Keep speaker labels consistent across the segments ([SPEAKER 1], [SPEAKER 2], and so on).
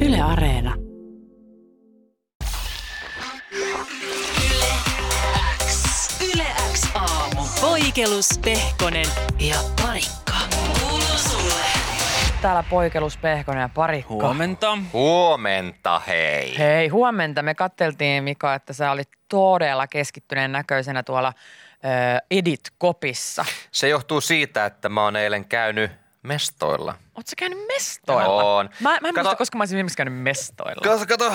[SPEAKER 1] Yle Areena. Yle X aamu. Poikelus, Pehkonen ja Parikka. Kuuluu sulle.
[SPEAKER 2] Täällä Poikelus Pehkonen ja Parikka.
[SPEAKER 3] Huomenta.
[SPEAKER 4] Huomenta, hei.
[SPEAKER 2] Hei, huomenta. Me katteltiin Mika, että sä olit todella keskittyneen näköisenä tuolla ö, Edit-kopissa.
[SPEAKER 4] Se johtuu siitä, että mä oon eilen käynyt mestoilla.
[SPEAKER 2] Oot sä käynyt mestoilla?
[SPEAKER 4] Oon.
[SPEAKER 2] Mä, mä en
[SPEAKER 4] Kato-
[SPEAKER 2] muista, koska mä olisin viimeksi käynyt mestoilla.
[SPEAKER 4] Kato, kato,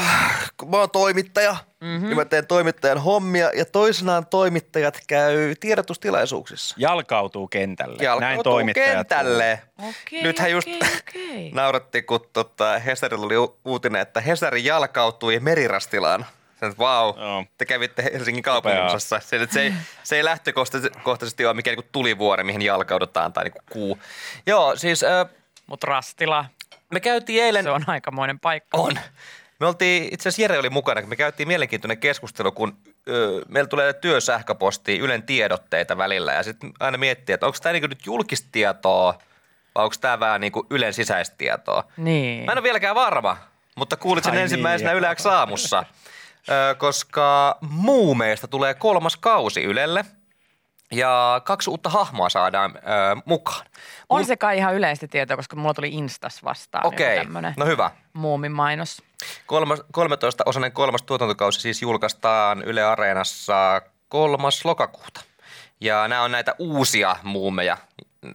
[SPEAKER 4] kun mä oon toimittaja, mm-hmm. niin mä teen toimittajan hommia ja toisinaan toimittajat käy tiedotustilaisuuksissa.
[SPEAKER 3] Jalkautuu kentälle. Näin
[SPEAKER 4] Jalkautuu
[SPEAKER 3] toimittajat.
[SPEAKER 4] kentälle.
[SPEAKER 2] Okei,
[SPEAKER 4] Nythän just
[SPEAKER 2] okei, okei.
[SPEAKER 4] nauratti, kun tota Hesarilla oli u- uutinen, että Hesari jalkautui merirastilaan. Sen, että vau,
[SPEAKER 3] Joo.
[SPEAKER 4] te kävitte Helsingin kaupunginosassa. Se, se, ei, se ei lähtökohtaisesti ole mikään niinku tulivuori, mihin jalkaudutaan tai niinku kuu. Joo, siis ö,
[SPEAKER 2] Mut rastila,
[SPEAKER 4] me käytiin eilen
[SPEAKER 2] se on aikamoinen paikka.
[SPEAKER 4] On. Me oltiin, itse asiassa Jere oli mukana, kun me käytiin mielenkiintoinen keskustelu, kun ö, meillä tulee työsähköpostiin Ylen tiedotteita välillä ja sitten aina miettii, että onko tämä niinku nyt julkista tietoa vai onko tämä vähän niinku Ylen sisäistä tietoa.
[SPEAKER 2] Niin.
[SPEAKER 4] Mä en ole vieläkään varma, mutta kuulit sen
[SPEAKER 3] Ai
[SPEAKER 4] ensimmäisenä
[SPEAKER 3] niin.
[SPEAKER 4] niin. Yleäks aamussa, Ö, koska Muumeista tulee kolmas kausi Ylelle ja kaksi uutta hahmoa saadaan ö, mukaan.
[SPEAKER 2] On se kai ihan yleistä tietoa, koska mulla tuli Instas vastaan
[SPEAKER 4] Okei,
[SPEAKER 2] joku tämmönen
[SPEAKER 4] no hyvä.
[SPEAKER 2] muumimainos.
[SPEAKER 4] Kolmas, 13-osainen kolmas tuotantokausi siis julkaistaan Yle Areenassa kolmas lokakuuta. Ja nämä on näitä uusia muumeja,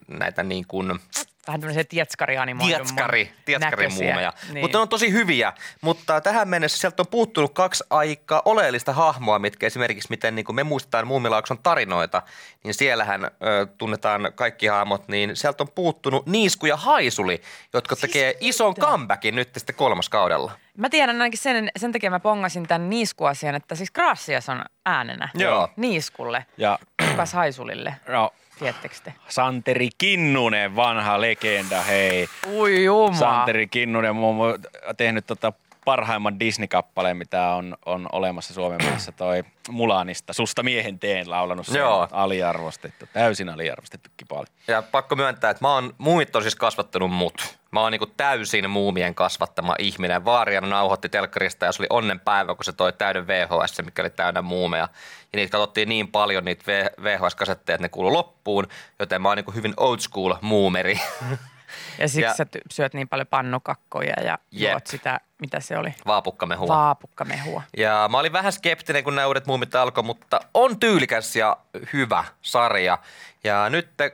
[SPEAKER 4] näitä niin kuin
[SPEAKER 2] Vähän tämmöisiä tietskari
[SPEAKER 4] tietskari, tietskari muumeja.
[SPEAKER 2] Niin.
[SPEAKER 4] Mutta ne on tosi hyviä, mutta tähän mennessä sieltä on puuttunut kaksi aika oleellista hahmoa, mitkä esimerkiksi miten niin kuin me muistetaan Muumilaakson tarinoita, niin siellähän ö, tunnetaan kaikki hahmot, niin sieltä on puuttunut Niisku ja Haisuli, jotka tekee ison comebackin nyt sitten kolmas kaudella.
[SPEAKER 2] Mä tiedän ainakin sen, sen takia mä pongasin tämän niiskuasian, että siis Gracias on äänenä.
[SPEAKER 4] Joo.
[SPEAKER 2] Niiskulle,
[SPEAKER 3] Ja
[SPEAKER 2] Lukas Haisulille,
[SPEAKER 3] no,
[SPEAKER 2] tiettekö te?
[SPEAKER 3] Santeri Kinnunen, vanha legenda, hei.
[SPEAKER 2] Ui jumaa.
[SPEAKER 3] Santeri Kinnunen muun muassa tehnyt tota parhaimman Disney-kappaleen, mitä on, on olemassa Suomen maassa, toi Mulanista, Susta miehen teen laulanut sen
[SPEAKER 4] Joo.
[SPEAKER 3] aliarvostettu, täysin aliarvostettukin paljon.
[SPEAKER 4] Ja pakko myöntää, että mä oon, muumit on siis kasvattanut mut. Mä oon niinku täysin muumien kasvattama ihminen. Vaariana nauhoitti telkkarista ja se oli onnenpäivä, kun se toi täyden VHS, mikä oli täynnä muumeja. Ja niitä katsottiin niin paljon, niitä V- VHS-kasetteja, että ne kuulu loppuun. Joten mä oon niinku hyvin old school muumeri.
[SPEAKER 2] Ja siksi ja.
[SPEAKER 4] ja-
[SPEAKER 2] sä ty- syöt niin paljon pannukakkoja ja
[SPEAKER 4] Jep.
[SPEAKER 2] juot sitä, mitä se oli,
[SPEAKER 4] Vaapukkamehua.
[SPEAKER 2] vaapukkamehua.
[SPEAKER 4] Ja mä olin vähän skeptinen, kun nämä uudet muumit alkoi, mutta on tyylikäs ja hyvä sarja. Ja nyt eh,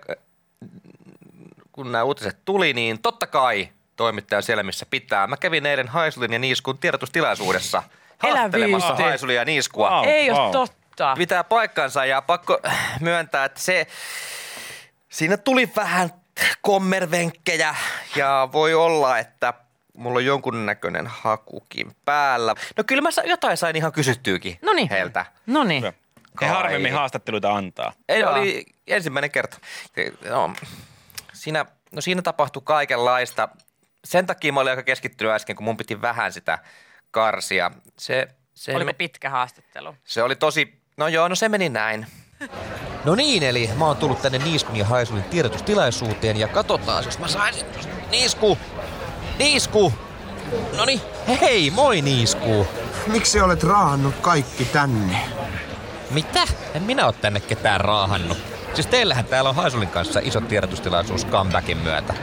[SPEAKER 4] kun nämä uutiset tuli, niin totta kai toimittaja on siellä, missä pitää. Mä kävin eilen Haisulin ja Niiskun tiedotustilaisuudessa
[SPEAKER 2] Elä
[SPEAKER 4] haastelemassa
[SPEAKER 2] viisti.
[SPEAKER 4] Haisulia ja Niiskua.
[SPEAKER 3] Au.
[SPEAKER 2] Ei ole
[SPEAKER 3] wow.
[SPEAKER 2] totta.
[SPEAKER 4] Pitää paikkansa ja pakko myöntää, että se, siinä tuli vähän kommervenkkejä ja voi olla, että mulla on jonkunnäköinen hakukin päällä. No kyllä mä sa- jotain sain ihan kysyttyykin
[SPEAKER 2] Noniin.
[SPEAKER 4] heiltä.
[SPEAKER 2] No niin.
[SPEAKER 3] Hyvä. He
[SPEAKER 4] Eh. Kai.
[SPEAKER 3] harvemmin haastatteluita antaa.
[SPEAKER 4] Ei,
[SPEAKER 2] Joo.
[SPEAKER 4] oli ensimmäinen kerta. No, siinä, no siinä tapahtui kaikenlaista. Sen takia mä olin aika keskittynyt äsken, kun mun piti vähän sitä karsia. Se, se
[SPEAKER 2] Oliko pitkä haastattelu?
[SPEAKER 4] se oli tosi, no joo, no se meni näin. No niin, eli mä oon tullut tänne Niiskun ja Haisulin tiedotustilaisuuteen ja katsotaan, jos mä saisin. Niisku! Niisku! No niin, hei, moi Niisku!
[SPEAKER 5] Miksi olet raahannut kaikki tänne?
[SPEAKER 4] Mitä? En minä oo tänne ketään raahannut. Siis teillähän täällä on Haisulin kanssa iso tiedotustilaisuus comebackin myötä.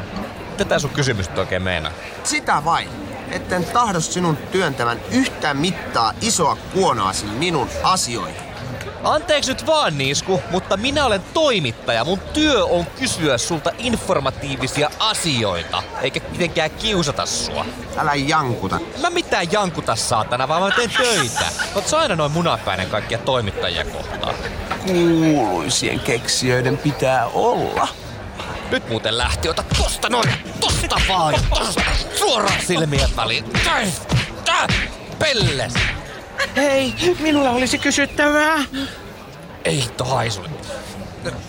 [SPEAKER 4] Mitä tää sun kysymys nyt oikein meinaa?
[SPEAKER 5] Sitä vain, etten tahdo sinun työntävän yhtä mittaa isoa kuonaasi minun asioihin.
[SPEAKER 4] Anteeksi nyt vaan, Niisku, mutta minä olen toimittaja. Mun työ on kysyä sulta informatiivisia asioita, eikä mitenkään kiusata sua.
[SPEAKER 5] Älä jankuta.
[SPEAKER 4] Mä mitään jankuta saatana, vaan mä teen töitä. Oot sä aina noin munapäinen kaikkia toimittajia kohtaan.
[SPEAKER 5] Kuuluisien keksijöiden pitää olla.
[SPEAKER 4] Nyt muuten lähti, ota tosta noin, tosta vaan, tosta, suoraan silmien väliin. Täh, täh, Pelles!
[SPEAKER 5] Hei, minulla olisi kysyttävää.
[SPEAKER 4] Ei taisulle.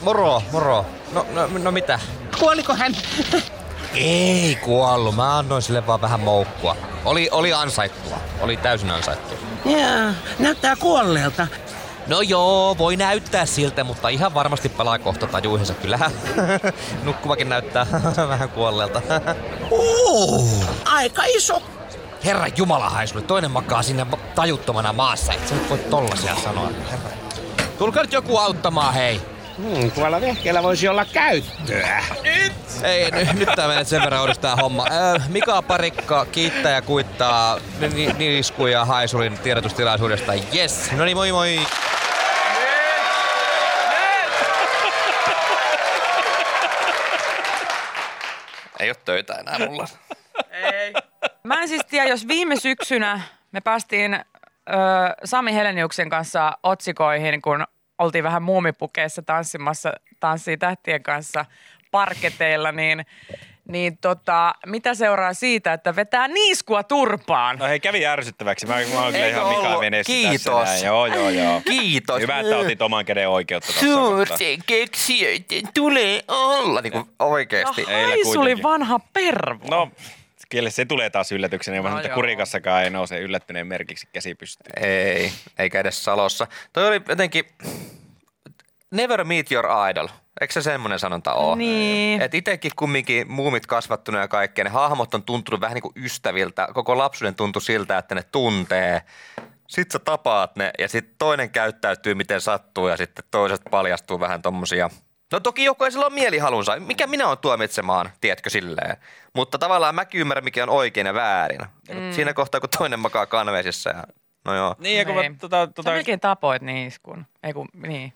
[SPEAKER 4] Moro, moro. No, no, no mitä?
[SPEAKER 5] Kuoliko hän?
[SPEAKER 4] Ei kuollut, mä annoin sille vaan vähän moukkua. Oli, oli ansaittua, oli täysin ansaittua.
[SPEAKER 5] Jaa, näyttää kuolleelta.
[SPEAKER 4] No joo, voi näyttää siltä, mutta ihan varmasti palaa kohta tajuihinsa. Kyllähän nukkuvakin näyttää vähän kuolleelta.
[SPEAKER 5] Oo, aika iso.
[SPEAKER 6] Herra Jumala haislu, toinen makaa sinne ma- tajuttomana maassa. Et sä nyt voi tollasia sanoa. Herra. Tulkaa nyt joku auttamaan, hei.
[SPEAKER 7] Hmm, tuolla vehkeellä voisi olla käyttöä.
[SPEAKER 6] Ei, n- nyt tää menee sen verran oudoksi tää homma. Ö, Mika Parikka kiittää ja kuittaa ni- ni- Nirisku ja Haisurin tiedotustilaisuudesta. Yes. No niin, moi moi.
[SPEAKER 4] Ei ole töitä enää mulla.
[SPEAKER 2] Mä en siis tiedä, jos viime syksynä me päästiin ö, Sami Heleniuksen kanssa otsikoihin, kun oltiin vähän muumipukeissa tanssimassa tanssii tähtien kanssa parketeilla, niin, niin tota, mitä seuraa siitä, että vetää niiskua turpaan?
[SPEAKER 3] No hei, kävi ärsyttäväksi. Mä, mä oon kyllä
[SPEAKER 4] Eikö
[SPEAKER 3] ihan Mika
[SPEAKER 4] ollut?
[SPEAKER 3] veneessä
[SPEAKER 4] Kiitos.
[SPEAKER 3] Tässä näin. Joo, joo, joo.
[SPEAKER 4] Kiitos.
[SPEAKER 3] Hyvä, että otit oman käden oikeutta tässä. kohtaa.
[SPEAKER 4] keksijöiden tulee olla. Niin kuin oikeesti.
[SPEAKER 3] Ei. Heillä
[SPEAKER 2] Ah, Ai, suli
[SPEAKER 3] kuitenkin.
[SPEAKER 2] vanha pervo.
[SPEAKER 3] No, kyllä se tulee taas yllätyksenä, vaan
[SPEAKER 2] No
[SPEAKER 3] no että
[SPEAKER 2] joo.
[SPEAKER 3] kurikassakaan ei nouse yllättyneen merkiksi käsi pystyyn.
[SPEAKER 4] Ei, eikä edes Salossa. Toi oli jotenkin never meet your idol. Eikö se semmoinen sanonta ole?
[SPEAKER 2] Niin.
[SPEAKER 4] Et itekin kumminkin muumit kasvattuna ja kaikkea, ne hahmot on tuntunut vähän niin kuin ystäviltä. Koko lapsuuden tuntui siltä, että ne tuntee. Sitten sä tapaat ne ja sitten toinen käyttäytyy miten sattuu ja sitten toiset paljastuu vähän tommosia. No toki jokaisella on mielihalunsa. Mikä minä on tuomitsemaan, tiedätkö silleen. Mutta tavallaan mäkin ymmärrän, mikä on oikein ja väärin. Mm. Siinä kohtaa, kun toinen makaa kanveesissa ja no joo.
[SPEAKER 3] Niin, ja kun mä
[SPEAKER 2] Niin.
[SPEAKER 3] tota, tota,
[SPEAKER 2] Sä melkein tapoit niiskun. Ei kun, niin.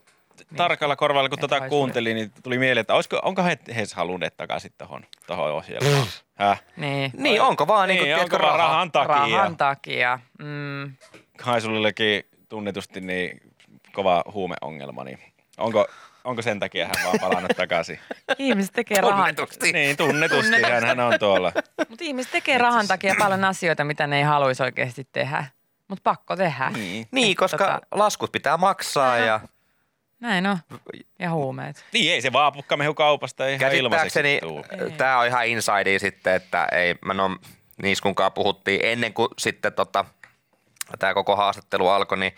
[SPEAKER 3] tarkalla korvalla, kun
[SPEAKER 2] Että
[SPEAKER 3] tota
[SPEAKER 2] haisuudet.
[SPEAKER 3] kuuntelin, niin tuli mieleen, että olisiko, onko he edes halunneet takaisin tuohon tohon ohjelmaan? Häh?
[SPEAKER 2] Niin.
[SPEAKER 4] Niin, onko vaan niin,
[SPEAKER 3] Niin,
[SPEAKER 4] niin
[SPEAKER 3] onko
[SPEAKER 4] kuin,
[SPEAKER 3] rahan,
[SPEAKER 4] rahaa?
[SPEAKER 3] rahan takia.
[SPEAKER 2] Rahan takia. Mm.
[SPEAKER 3] Haisulillekin tunnetusti niin kova huumeongelma, niin onko, onko sen takia hän vaan palannut takaisin?
[SPEAKER 2] Ihmiset tekee rahan
[SPEAKER 3] niin, tunnetusti hän, hän on tuolla.
[SPEAKER 2] Mutta ihmiset tekee rahan takia paljon asioita, mitä ne ei haluaisi oikeasti tehdä. Mutta pakko tehdä.
[SPEAKER 3] Niin.
[SPEAKER 4] Niin, koska
[SPEAKER 2] Tota-
[SPEAKER 4] laskut pitää maksaa ja
[SPEAKER 2] Näin on. Ja huumeet.
[SPEAKER 3] Niin, ei se vaapukka mehu kaupasta ihan ilmaiseksi
[SPEAKER 4] käsittääkseni
[SPEAKER 3] tuu.
[SPEAKER 4] tämä on ihan inside sitten, että ei, mä no, Niiskunkaan puhuttiin ennen kuin sitten tota, tämä koko haastattelu alkoi, niin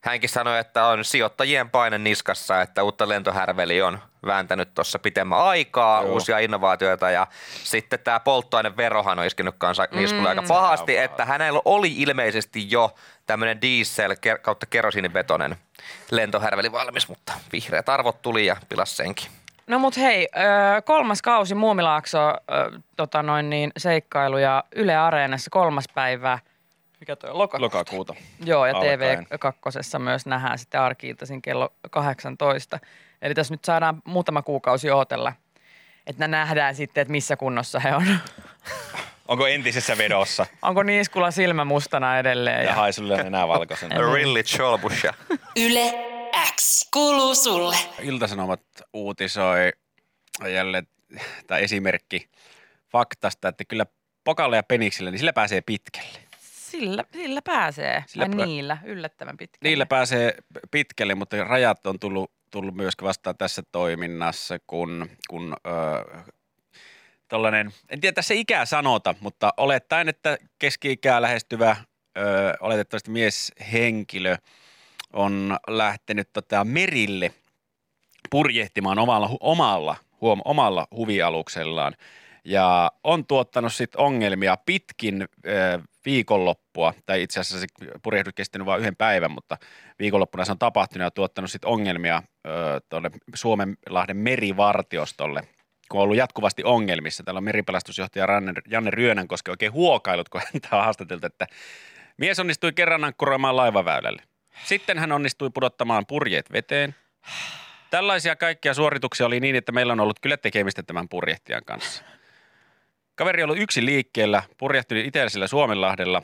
[SPEAKER 4] hänkin sanoi, että on sijoittajien paine niskassa, että uutta lentohärveli on vääntänyt tuossa pitemmän aikaa,
[SPEAKER 3] Joo.
[SPEAKER 4] uusia innovaatioita ja sitten tämä polttoaineverohan on iskenyt kanssa niiskulle mm. aika pahasti, että hänellä oli ilmeisesti jo tämmöinen diesel ker- kautta kerosiinivetonen lentohärveli valmis, mutta vihreät arvot tuli ja pilas senkin.
[SPEAKER 2] No mut hei, ö, kolmas kausi Muumilaakso ö, tota noin niin, seikkailu ja Yle Areenassa kolmas päivä. Mikä toi on? Lokakuuta.
[SPEAKER 3] Lokakuuta.
[SPEAKER 2] Joo, ja
[SPEAKER 3] alkaen.
[SPEAKER 2] TV2 myös nähdään sitten arki kello 18. Eli tässä nyt saadaan muutama kuukausi ootella, että nähdään sitten, että missä kunnossa he on.
[SPEAKER 3] Onko entisessä vedossa
[SPEAKER 2] Onko Niiskulla silmä mustana edelleen?
[SPEAKER 3] ja haisulle on enää valkoisena?
[SPEAKER 4] Really Cholbusha.
[SPEAKER 1] Yle X kuuluu sulle.
[SPEAKER 3] Iltasanomat uutisoi jälleen tämä esimerkki faktasta, että kyllä pokalle ja peniksillä, niin sillä pääsee pitkälle.
[SPEAKER 2] Sillä, sillä pääsee.
[SPEAKER 3] Sillä
[SPEAKER 2] Sillä
[SPEAKER 3] pää-
[SPEAKER 2] Vai niillä, yllättävän pitkälle.
[SPEAKER 3] Niillä pääsee pitkälle, mutta rajat on tullut, tullut myös vastaan tässä toiminnassa, kun, kun öö, tällainen, en tiedä tässä ikää sanota, mutta olettaen, että keski-ikää lähestyvä öö, oletettavasti mieshenkilö on lähtenyt tota merille purjehtimaan omalla, hu- omalla, huom, omalla huvialuksellaan ja on tuottanut sit ongelmia pitkin ö, viikonloppua, tai itse asiassa se purjehdus kestänyt vain yhden päivän, mutta viikonloppuna se on tapahtunut ja tuottanut sit ongelmia ö, tuonne Suomenlahden merivartiostolle, kun on ollut jatkuvasti ongelmissa. Täällä on meripelastusjohtaja Ranne, Janne Ryönänkoski oikein huokailut, kun häntä on haastateltu, että mies onnistui kerran ankkuroimaan laivaväylälle. Sitten hän onnistui pudottamaan purjeet veteen. Tällaisia kaikkia suorituksia oli niin, että meillä on ollut kyllä tekemistä tämän purjehtijan kanssa. Kaveri on ollut yksi liikkeellä, purjehti itäisellä Suomenlahdella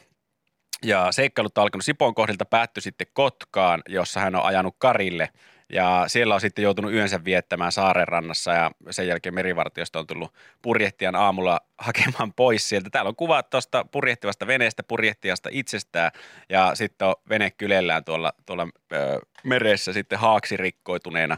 [SPEAKER 3] ja seikkailut on alkanut Sipon kohdilta, päättyi sitten Kotkaan, jossa hän on ajanut Karille. Ja siellä on sitten joutunut yönsä viettämään saaren rannassa ja sen jälkeen merivartiosta on tullut purjehtijan aamulla hakemaan pois sieltä. Täällä on kuvat tuosta purjehtivasta veneestä, purjehtijasta itsestään ja sitten on vene kylellään tuolla, tuolla ö, meressä sitten haaksi rikkoituneena.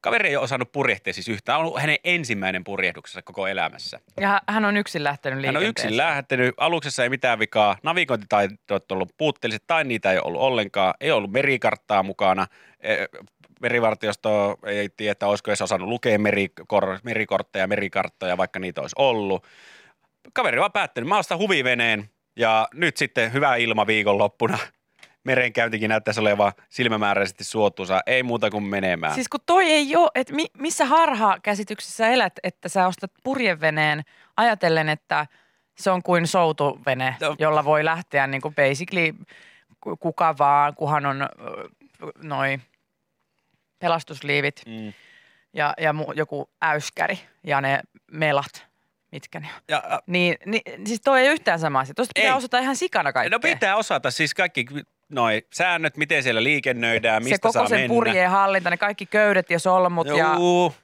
[SPEAKER 3] Kaveri ei ole osannut purjehtia siis yhtään. Tämä on ollut hänen ensimmäinen purjehduksessa koko elämässä.
[SPEAKER 2] Ja hän on yksin lähtenyt
[SPEAKER 3] Hän on
[SPEAKER 2] liikenteeseen.
[SPEAKER 3] yksin lähtenyt, aluksessa ei mitään vikaa, navigointitaidot on ollut puutteelliset tai niitä ei ole ollut ollenkaan, ei ollut merikarttaa mukana, Eh, merivartiosto ei tiedä, että olisiko edes osannut lukea merikor- merikortteja, merikarttoja, vaikka niitä olisi ollut. Kaveri on vaan päättänyt, mä ostan huviveneen Ja nyt sitten hyvä ilma viikonloppuna. Merenkäyntikin näyttäisi olevan silmämääräisesti suotuisa. Ei muuta kuin menemään. Siis...
[SPEAKER 2] Siis kun toi ei ole, että mi, missä harha-käsityksessä elät, että sä ostat purjeveneen ajatellen, että se on kuin soutuvene,
[SPEAKER 3] No.
[SPEAKER 2] jolla voi lähteä niin kuin basically ku- kuka vaan, kuhan on ö, noi pelastusliivit
[SPEAKER 3] Mm.
[SPEAKER 2] ja, ja mu, joku äyskäri ja ne melat, mitkä ne on.
[SPEAKER 3] Ja, ä,
[SPEAKER 2] Niin, niin, siis toi ei ole yhtään sama asia. Tuosta pitää
[SPEAKER 3] Ei.
[SPEAKER 2] osata ihan sikana kaikkea.
[SPEAKER 3] no pitää osata siis kaikki noi säännöt, miten siellä liikennöidään, mistä
[SPEAKER 2] se koko
[SPEAKER 3] saa
[SPEAKER 2] sen
[SPEAKER 3] mennä.
[SPEAKER 2] purjeen hallinta, ne kaikki köydet ja solmut ja
[SPEAKER 3] Juu,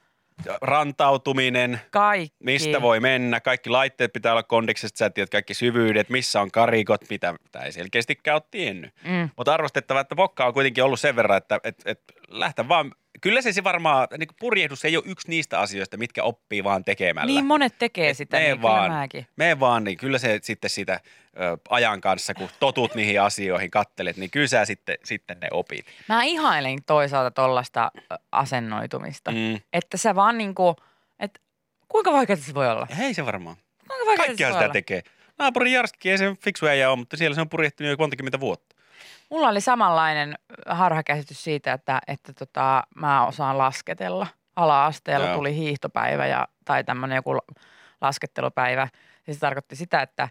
[SPEAKER 3] ja rantautuminen,
[SPEAKER 2] kaikki.
[SPEAKER 3] mistä voi mennä, kaikki laitteet pitää olla kondiksesta, sä tiedät kaikki syvyydet, missä on karikot, mitä, mitä ei selkeästikään ole tiennyt.
[SPEAKER 2] Mm.
[SPEAKER 3] Mutta arvostettava, että Vokka on kuitenkin ollut sen verran, että et, et lähtä vaan, kyllä se, se varmaan, niin purjehdus ei ole yksi niistä asioista, mitkä oppii vaan tekemällä.
[SPEAKER 2] Niin monet tekee
[SPEAKER 3] Et
[SPEAKER 2] sitä,
[SPEAKER 3] mee
[SPEAKER 2] niin
[SPEAKER 3] vaan,
[SPEAKER 2] kyllä mäkin.
[SPEAKER 3] Mene vaan, niin kyllä se sitten sitä ö, ajan kanssa, kun totut niihin asioihin, kattelet, niin kyllä sä sitten, sitten ne opit.
[SPEAKER 2] Mä ihailen toisaalta tollasta ö, asennoitumista. Mm.
[SPEAKER 3] Mm.
[SPEAKER 2] Että sä vaan niinku, että kuinka vaikeaa se voi olla?
[SPEAKER 3] Ei se varmaan.
[SPEAKER 2] Kuinka vaikeaa se
[SPEAKER 3] Kaikkihan
[SPEAKER 2] voi
[SPEAKER 3] sitä
[SPEAKER 2] olla?
[SPEAKER 3] tekee. Naapuri Jarski ei sen fiksu äijä ole, mutta siellä se on purjehtinut jo montakymmentä vuotta.
[SPEAKER 2] Mulla oli samanlainen äh, harhakäsitys siitä, että, että tota, mä osaan lasketella. Ala-asteella
[SPEAKER 3] Joo.
[SPEAKER 2] tuli hiihtopäivä ja, tai tämmöinen joku la- laskettelupäivä. Ja se tarkoitti sitä, että,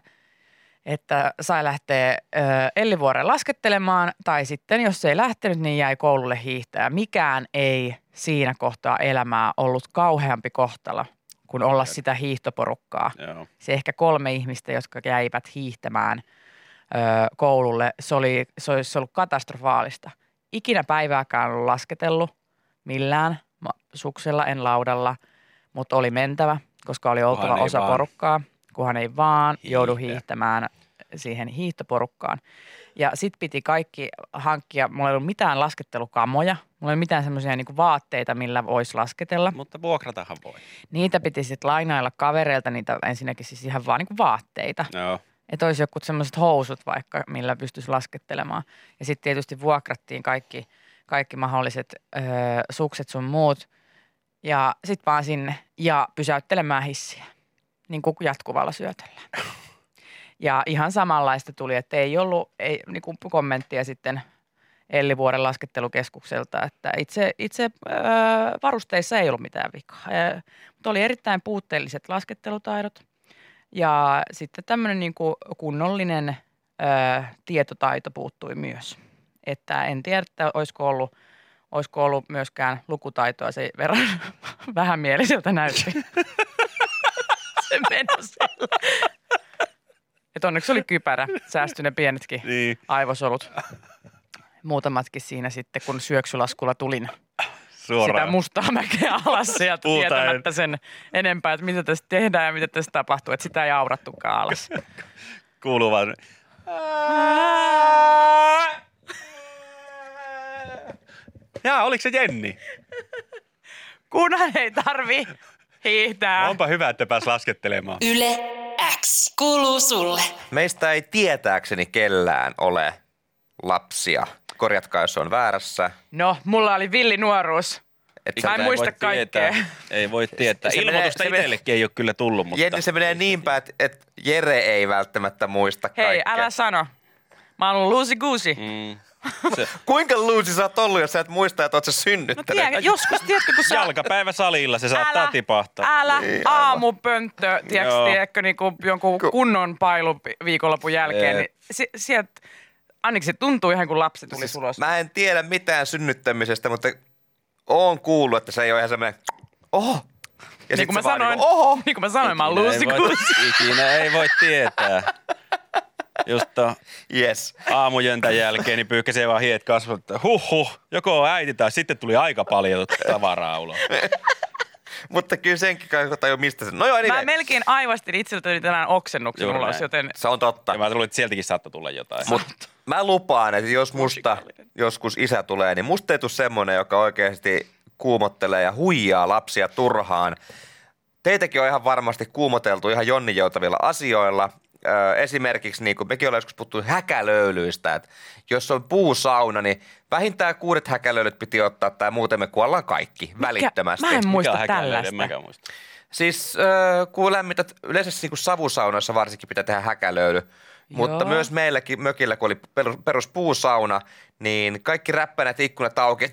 [SPEAKER 2] että sai lähteä ö, Ellivuoreen laskettelemaan tai sitten jos ei lähtenyt, niin jäi koululle hiihtää. Mikään ei siinä kohtaa elämää ollut kauheampi kohtalo kuin olla sitä hiihtoporukkaa
[SPEAKER 3] Joo.
[SPEAKER 2] se ehkä kolme ihmistä, jotka jäivät hiihtämään ö, koululle, se, oli, se olisi ollut katastrofaalista. Ikinä päivääkään en ollut lasketellut millään Ma- suksella, en laudalla, mutta oli mentävä, koska oli oltava
[SPEAKER 3] Kunhan ei
[SPEAKER 2] osa
[SPEAKER 3] vaan.
[SPEAKER 2] porukkaa, kunhan ei vaan joudu
[SPEAKER 3] Hiihdä.
[SPEAKER 2] hiihtämään siihen hiihtoporukkaan. Ja sit piti kaikki hankkia, mulla ei ollut mitään laskettelukamoja, mulla ei ollut mitään semmoisia niinku vaatteita, millä voisi lasketella.
[SPEAKER 3] Mutta vuokratahan voi.
[SPEAKER 2] Niitä piti sitten lainailla kavereilta niitä ensinnäkin siis ihan vaan niinku vaatteita.
[SPEAKER 3] Joo.
[SPEAKER 2] Että olisi jotkut semmoiset housut vaikka, millä pystyisi laskettelemaan. Ja sitten tietysti vuokrattiin kaikki, kaikki mahdolliset öö, sukset sun muut. Ja sitten vaan sinne ja pysäyttelemään hissiä niin kuin jatkuvalla syötöllä. Ja ihan samanlaista tuli, että ei ollut ei, niin kuin kommenttia sitten Elli Vuoren laskettelukeskukselta, että itse, itse öö, varusteissa ei ollut mitään vikaa. Öö, mutta oli erittäin puutteelliset laskettelutaidot. Ja sitten tämmöinen niin kunnollinen ö, tietotaito puuttui myös. Että en tiedä, että olisiko ollut, olisiko ollut myöskään lukutaitoa se verran vähän mieliseltä näytti. se meno siellä. Et onneksi oli kypärä, säästyi ne pienetkin
[SPEAKER 3] Niin.
[SPEAKER 2] aivosolut. Muutamatkin siinä sitten, kun syöksylaskulla tulin sitä
[SPEAKER 3] Suoraan.
[SPEAKER 2] mustaa mäkeä alas sieltä
[SPEAKER 3] Puuta
[SPEAKER 2] tietämättä sen enempää, että mitä tässä tehdään ja mitä tässä tapahtuu, että sitä ei aurattukaan alas.
[SPEAKER 3] kuuluu vaan. Jaa, oliko se Jenni?
[SPEAKER 2] Kunhan ei tarvi hiihtää.
[SPEAKER 3] Onpa hyvä, että pääs laskettelemaan.
[SPEAKER 1] Yle X kuuluu sulle.
[SPEAKER 4] Meistä ei tietääkseni kellään ole lapsia. Korjatkaa, jos on väärässä.
[SPEAKER 2] No, mulla oli villi nuoruus.
[SPEAKER 4] Et
[SPEAKER 2] Mä en
[SPEAKER 4] sä-
[SPEAKER 2] muista kaikkea.
[SPEAKER 3] Ei voi tietää.
[SPEAKER 4] Se menee-
[SPEAKER 3] Ilmoitusta
[SPEAKER 4] se menee-
[SPEAKER 3] itsellekin ei ole kyllä tullut, mutta...
[SPEAKER 4] Jenni, se menee niin päin, että et Jere ei välttämättä muista
[SPEAKER 2] Hei,
[SPEAKER 4] kaikkea.
[SPEAKER 2] älä sano. Mä oon ollut luusi kuusi.
[SPEAKER 3] Mm.
[SPEAKER 4] Kuinka luusi sä oot ollut, jos sä et muista, että oot sä
[SPEAKER 2] No
[SPEAKER 4] synnyttänyt?
[SPEAKER 2] tiedän, joskus tiedätkö, kun sä...
[SPEAKER 3] Jalkapäivä salilla, se saattaa tipahtaa.
[SPEAKER 2] Älä
[SPEAKER 4] Niin,
[SPEAKER 2] aamupönttö, tiedätkö,
[SPEAKER 3] Joo.
[SPEAKER 2] tiedätkö niin kuin jonkun kunnon pailu viikonlopun jälkeen.
[SPEAKER 3] Jep.
[SPEAKER 2] Niin si- sieltä, ainakin se tuntuu ihan kuin lapsi tuli sulos.
[SPEAKER 4] Siis Mä en tiedä mitään synnyttämisestä, mutta oon kuullut, että se ei ole ihan semmoinen oho. Ja
[SPEAKER 2] niin kuin
[SPEAKER 4] sit se
[SPEAKER 2] mä
[SPEAKER 4] vaan
[SPEAKER 2] sanoin,
[SPEAKER 4] niinku, oho.
[SPEAKER 2] niin kuin mä sanoin, mä oon
[SPEAKER 3] Ikinä
[SPEAKER 2] luusi
[SPEAKER 3] ei voi-
[SPEAKER 2] kuusi.
[SPEAKER 3] Ikinä ei voi tietää. Just to-
[SPEAKER 4] Yes.
[SPEAKER 3] aamujöntä jälkeen, niin pyyhkäsee vaan hiet kasvot. että Huh huh, joko on äiti tai sitten tuli aika paljon tavaraa ulos.
[SPEAKER 4] Mutta kyllä senkin kai tajuu, mistä se... No joo,
[SPEAKER 2] Mä
[SPEAKER 4] anyway.
[SPEAKER 2] melkein aivastin itseltäni tänään oksennuksen
[SPEAKER 3] Juuri
[SPEAKER 2] ulos,
[SPEAKER 3] näin.
[SPEAKER 2] joten
[SPEAKER 4] Se on totta.
[SPEAKER 3] Ja mä luulin, että sieltäkin saattoi tulla jotain.
[SPEAKER 4] Mut mä lupaan, että jos musta joskus isä tulee, niin musta ei tule semmoinen, joka oikeasti kuumottelee ja huijaa lapsia turhaan. Teitäkin on ihan varmasti kuumoteltu ihan Jonni joutavilla asioilla. Öö, esimerkiksi, niin kuin mekin ollaan joskus puhuttu häkälöilyistä, että jos on puusauna, niin vähintään kuudet häkälöilyt piti ottaa tai muuten me kuollaan kaikki välittömästi.
[SPEAKER 2] Mä en muista
[SPEAKER 3] Mikä on häkäläinen,
[SPEAKER 2] tällaista.
[SPEAKER 3] mäkään muista.
[SPEAKER 4] niinku Siis öö, kun lämmität, yleensä niin savusaunoissa varsinkin pitää tehdä häkälöily, Mutta
[SPEAKER 2] Joo.
[SPEAKER 4] myös meilläkin mökillä, kun oli perus, perus puusauna, niin kaikki räppänät ikkunat auki.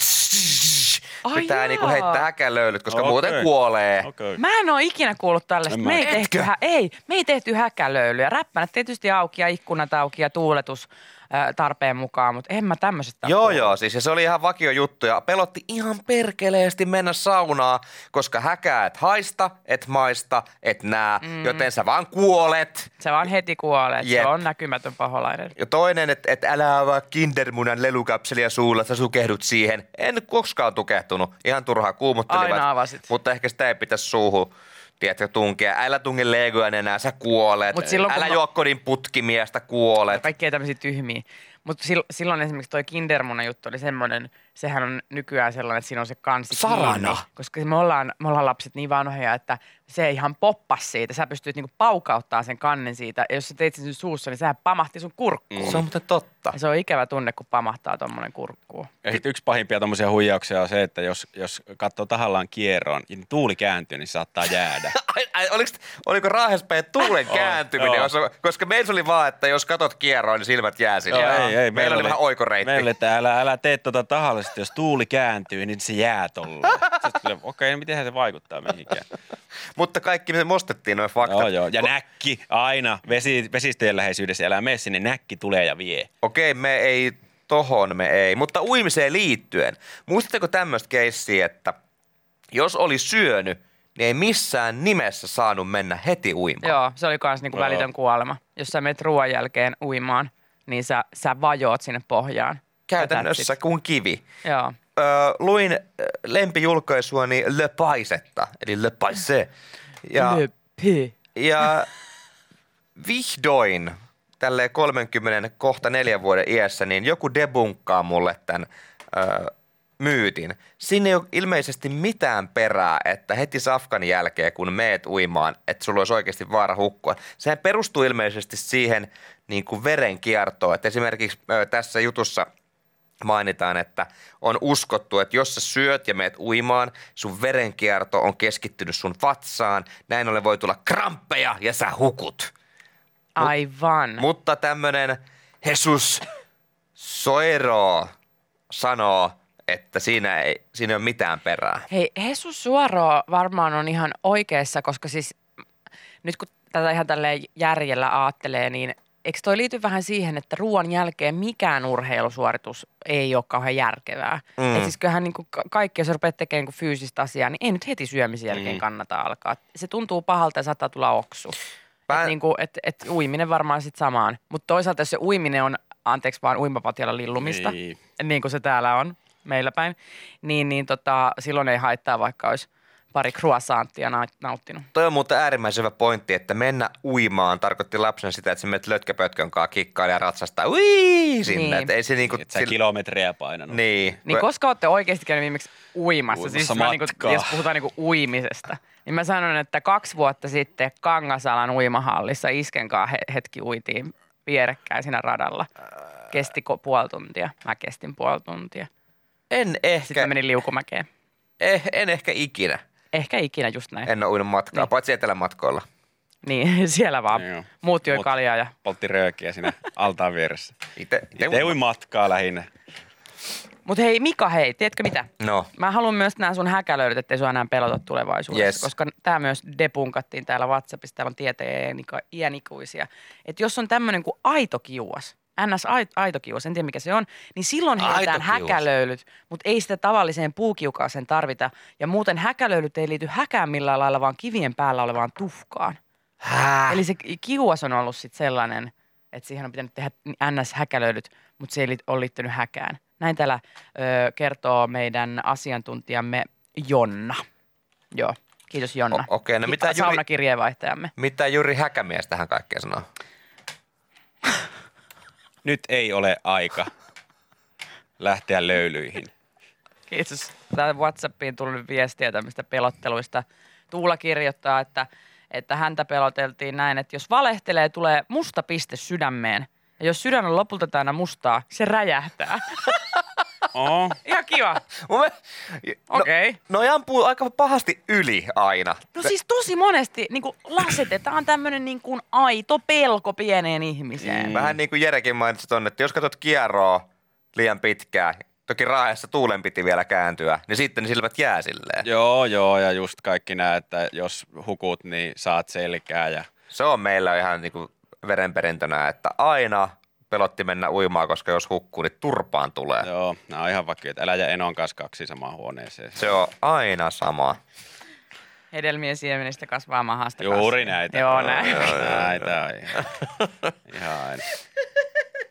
[SPEAKER 2] Ai
[SPEAKER 4] Pitää
[SPEAKER 2] jaa.
[SPEAKER 4] niinku heittää häkälöylyt, koska okay. muuten
[SPEAKER 3] Okei.
[SPEAKER 4] kuolee. Okay.
[SPEAKER 3] Okei. Okay.
[SPEAKER 2] Mä en ole ikinä kuullut tällaista.
[SPEAKER 3] En mä.
[SPEAKER 2] Me ei, tehty, hä- ei, me ei tehty häkälöilyä. Räppänät tietysti auki ja ikkunat auki ja tuuletus äh, tarpeen mukaan, mutta en mä tämmöisestä
[SPEAKER 4] Joo, joo, siis ja se oli ihan vakio juttu ja pelotti ihan perkeleesti mennä saunaan, koska häkää et haista, et maista, et nää, mm. joten sä vaan kuolet.
[SPEAKER 2] Se vaan heti kuolee. Jep.
[SPEAKER 4] Jep.
[SPEAKER 2] Se on näkymätön paholainen.
[SPEAKER 4] Ja toinen, että et älä avaa kindermunan lelukapselia suulla, sä sukehdut siihen. En koskaan tukehtunut, ihan turhaa kuumottelivat.
[SPEAKER 2] Aina avasit.
[SPEAKER 4] Mutta ehkä sitä ei pitäisi suuhun, tiedätkö, tunkea. Älä tunge legoja enää, sä kuolet.
[SPEAKER 2] Mut silloin, kun
[SPEAKER 4] älä
[SPEAKER 2] mä-
[SPEAKER 4] juo kodin putkimiestä, kuolet.
[SPEAKER 2] Kaikkea tämmöisiä tyhmiä. Mutta silloin esimerkiksi toi Kindermunan juttu oli semmoinen, sehän on nykyään sellainen, että siinä on se kansi
[SPEAKER 4] Sarana.
[SPEAKER 2] kiinni. Koska me ollaan, me ollaan lapset niin vanhoja, että se ei ihan poppas siitä. Sä pystyt niinku paukauttaa sen kannen siitä. Ja jos sä teit sen sun suussa, niin sehän pamahti sun kurkkuun.
[SPEAKER 4] Se on muuten totta.
[SPEAKER 2] Ja se on ikävä tunne, kun pamahtaa tommonen kurkkuun.
[SPEAKER 3] Ja sit yksi pahimpia tämmöisiä huijauksia on se, että jos, jos katsoo tahallaan kieroon, niin tuuli kääntyy, niin saattaa jäädä.
[SPEAKER 4] Ai, ai, oliko, oliko Raahespeen tuulen kääntyminen?
[SPEAKER 3] Oh, joo.
[SPEAKER 4] Osa- Koska meillä oli vaan, että jos katot kieroon, niin silmät jää sinne.
[SPEAKER 3] Joo, ei, ei,
[SPEAKER 4] meillä, meillä oli vähän oikoreitti.
[SPEAKER 3] Meillä oli, että älä, älä tee tota tahallisesti, jos tuuli kääntyy, niin se jää tolleen. Sitten silleen, Okei, okay, mitenhän se vaikuttaa mihinkään.
[SPEAKER 4] Mutta kaikki me mostettiin noin faktat.
[SPEAKER 3] Joo, joo. Ja näkki aina vesi, vesistöjen läheisyydessä. Älä mene sinne, näkki tulee ja vie.
[SPEAKER 4] Okei, me ei tohon, me ei. Mutta uimiseen liittyen, muistatteko tämmöistä keissiä, että jos oli syönyt, niin ei missään nimessä saanut mennä heti uimaan.
[SPEAKER 2] Joo, se oli kans niinku
[SPEAKER 3] Joo.
[SPEAKER 2] välitön kuolema. Jos sä menet ruoan jälkeen uimaan, niin sä, sä vajoot sinne pohjaan.
[SPEAKER 4] Käytännössä
[SPEAKER 2] Ja that's
[SPEAKER 4] kuin kivi.
[SPEAKER 2] it. Joo.
[SPEAKER 4] Öö, luin äh, lempijulkaisuani Le Paisetta, eli Le Paise. Ja,
[SPEAKER 2] Lyppi.
[SPEAKER 4] ja vihdoin tälle 30 kohta neljän vuoden iässä, niin joku debunkkaa mulle tämän öö, myytin. Siinä ei ole ilmeisesti mitään perää, että heti safkan jälkeen, kun meet uimaan, että sulla olisi oikeasti vaara hukkua. Sehän perustuu ilmeisesti siihen niin kuin verenkiertoon. Että esimerkiksi öö, tässä jutussa mainitaan, että on uskottu, että jos sä syöt ja meet uimaan, sun verenkierto on keskittynyt sun vatsaan. Näin ollen voi tulla kramppeja ja sä hukut.
[SPEAKER 2] Aivan.
[SPEAKER 4] Mutta tämmönen Jesus Soiro sanoo, että siinä ei, siinä ei ole mitään perää.
[SPEAKER 2] Hei, Jesus Suoro varmaan on ihan oikeassa, koska siis nyt kun tätä ihan tälleen järjellä aattelee, niin eikö toi liity vähän siihen, että ruoan jälkeen mikään urheilusuoritus ei ole kauhean järkevää?
[SPEAKER 4] Mm.
[SPEAKER 2] Mm. Et siis kyllähän niin kaikki, jos rupeat tekemään niinku fyysistä asiaa, niin ei nyt heti syömisen jälkeen mm. kannata alkaa. Se tuntuu pahalta ja saattaa tulla oksu. Pää...
[SPEAKER 4] Pää-
[SPEAKER 2] Et niinku, et, et uiminen varmaan sitten samaan. Mutta toisaalta jos se uiminen on, anteeksi vaan uimapatjalla lillumista,
[SPEAKER 3] Niin.
[SPEAKER 2] niin kuin se täällä on meillä päin, niin, niin tota, silloin ei haittaa, vaikka olisi pari croissanttia na- nauttinut.
[SPEAKER 4] Toi on muuten äärimmäisen hyvä pointti, että mennä uimaan tarkoitti lapsen sitä, että sä menet lötköpötkön kanssa kikkailla ja ratsastaa ui sinne.
[SPEAKER 2] Niin.
[SPEAKER 4] Niin. Ei se niinku,
[SPEAKER 3] Et sä kilometrejä painanut.
[SPEAKER 4] niin.
[SPEAKER 2] Niin koska olette oikeasti käynyt viimeksi uimassa,
[SPEAKER 3] Uimassa
[SPEAKER 2] siis mä niinku,
[SPEAKER 3] matkaa.
[SPEAKER 2] jos puhutaan niinku uimisesta, niin mä sanon, että kaksi vuotta sitten Kangasalan uimahallissa iskenkaan he- hetki uitiin vierekkäin siinä radalla. Kesti ko- puoli tuntia. Mä kestin puoli tuntia.
[SPEAKER 4] en
[SPEAKER 2] Sitten
[SPEAKER 4] ehkä,
[SPEAKER 2] mä menin liukumäkeen.
[SPEAKER 4] eh, en ehkä ikinä.
[SPEAKER 2] Ehkä ikinä just näin.
[SPEAKER 4] En ole uinut matkaa, niin. paitsi etelämatkoilla.
[SPEAKER 2] Niin, siellä vaan.
[SPEAKER 3] Joo.
[SPEAKER 2] Muut joi
[SPEAKER 3] Mut-
[SPEAKER 2] kaljaa ja
[SPEAKER 3] Poltti röökiä siinä altaan vieressä.
[SPEAKER 4] Ite, ite,
[SPEAKER 3] Itse ui matkaa lähinnä.
[SPEAKER 2] Mutta hei Mika, hei, tiedätkö mitä?
[SPEAKER 4] No.
[SPEAKER 2] Mä haluan myös nämä sun häkälöidyt, ettei sua enää pelota tulevaisuudessa,
[SPEAKER 4] Yes.
[SPEAKER 2] yes. koska tämä myös depunkattiin täällä WhatsAppissa, täällä on tieteen iänikuisia. Että jos on tämmöinen kuin aito kiuas, ns. ai- aito kiuas, en tiedä mikä se on, niin silloin
[SPEAKER 4] Aito
[SPEAKER 2] heitetään
[SPEAKER 4] kiuas.
[SPEAKER 2] häkälöilyt, mutta ei sitä tavalliseen puukiukaaseen tarvita. Ja muuten häkälöilyt ei liity häkään millään lailla, vaan kivien päällä olevaan tuhkaan.
[SPEAKER 4] Hää?
[SPEAKER 2] Eli se kiuas on ollut sitten sellainen, että siihen on pitänyt tehdä NS-häkälöilyt, mutta se ei liit- ole liittynyt häkään. Näin täällä ö, kertoo meidän asiantuntijamme Jonna. Joo, kiitos Jonna.
[SPEAKER 4] O- okei, no
[SPEAKER 2] Ki-
[SPEAKER 4] mitä Juri-
[SPEAKER 2] Saunakirjeenvaihtajamme.
[SPEAKER 4] Mitä Jyri Häkämies tähän kaikkeen sanoo?
[SPEAKER 3] Nyt ei ole aika lähteä löylyihin.
[SPEAKER 2] Kiitos. Täällä Whatsappiin tullut viestiä tämmöistä pelotteluista. Tuula kirjoittaa, että, että häntä peloteltiin näin, että jos valehtelee, tulee musta piste sydämeen. Ja jos sydän on lopulta täynnä mustaa, se räjähtää.
[SPEAKER 3] Oo.
[SPEAKER 2] Ihan kiva.
[SPEAKER 4] Mun mielestä-
[SPEAKER 2] Okei.
[SPEAKER 4] No, noi ampuu aika pahasti yli aina.
[SPEAKER 2] No siis tosi monesti niin kuin lasetetaan tämmöinen niin kuin aito pelko pieneen ihmiseen.
[SPEAKER 4] Vähän niin kuin Jerekin mainitsi tonne, että jos katsot kierroa liian pitkään, toki raahessa tuulen piti vielä kääntyä, niin sitten ne silmät jää silleen.
[SPEAKER 3] Joo, joo, ja just kaikki nämä, että jos hukut, niin saat selkää ja
[SPEAKER 4] Se on meillä ihan niin kuin verenperintönä, että aina pelotti mennä uimaan, koska jos hukkuu, niin turpaan tulee. Joo.
[SPEAKER 3] joo, nämä on ihan vakioita. Älä ja Enon kanssa kaksi samaan huoneeseen.
[SPEAKER 4] Se on aina sama.
[SPEAKER 2] Hedelmien siemenistä kasvaa mahasta
[SPEAKER 3] Juuri
[SPEAKER 2] kasvi.
[SPEAKER 3] näitä.
[SPEAKER 2] Joo, näin.
[SPEAKER 3] Näitä on ihan, ihan aina.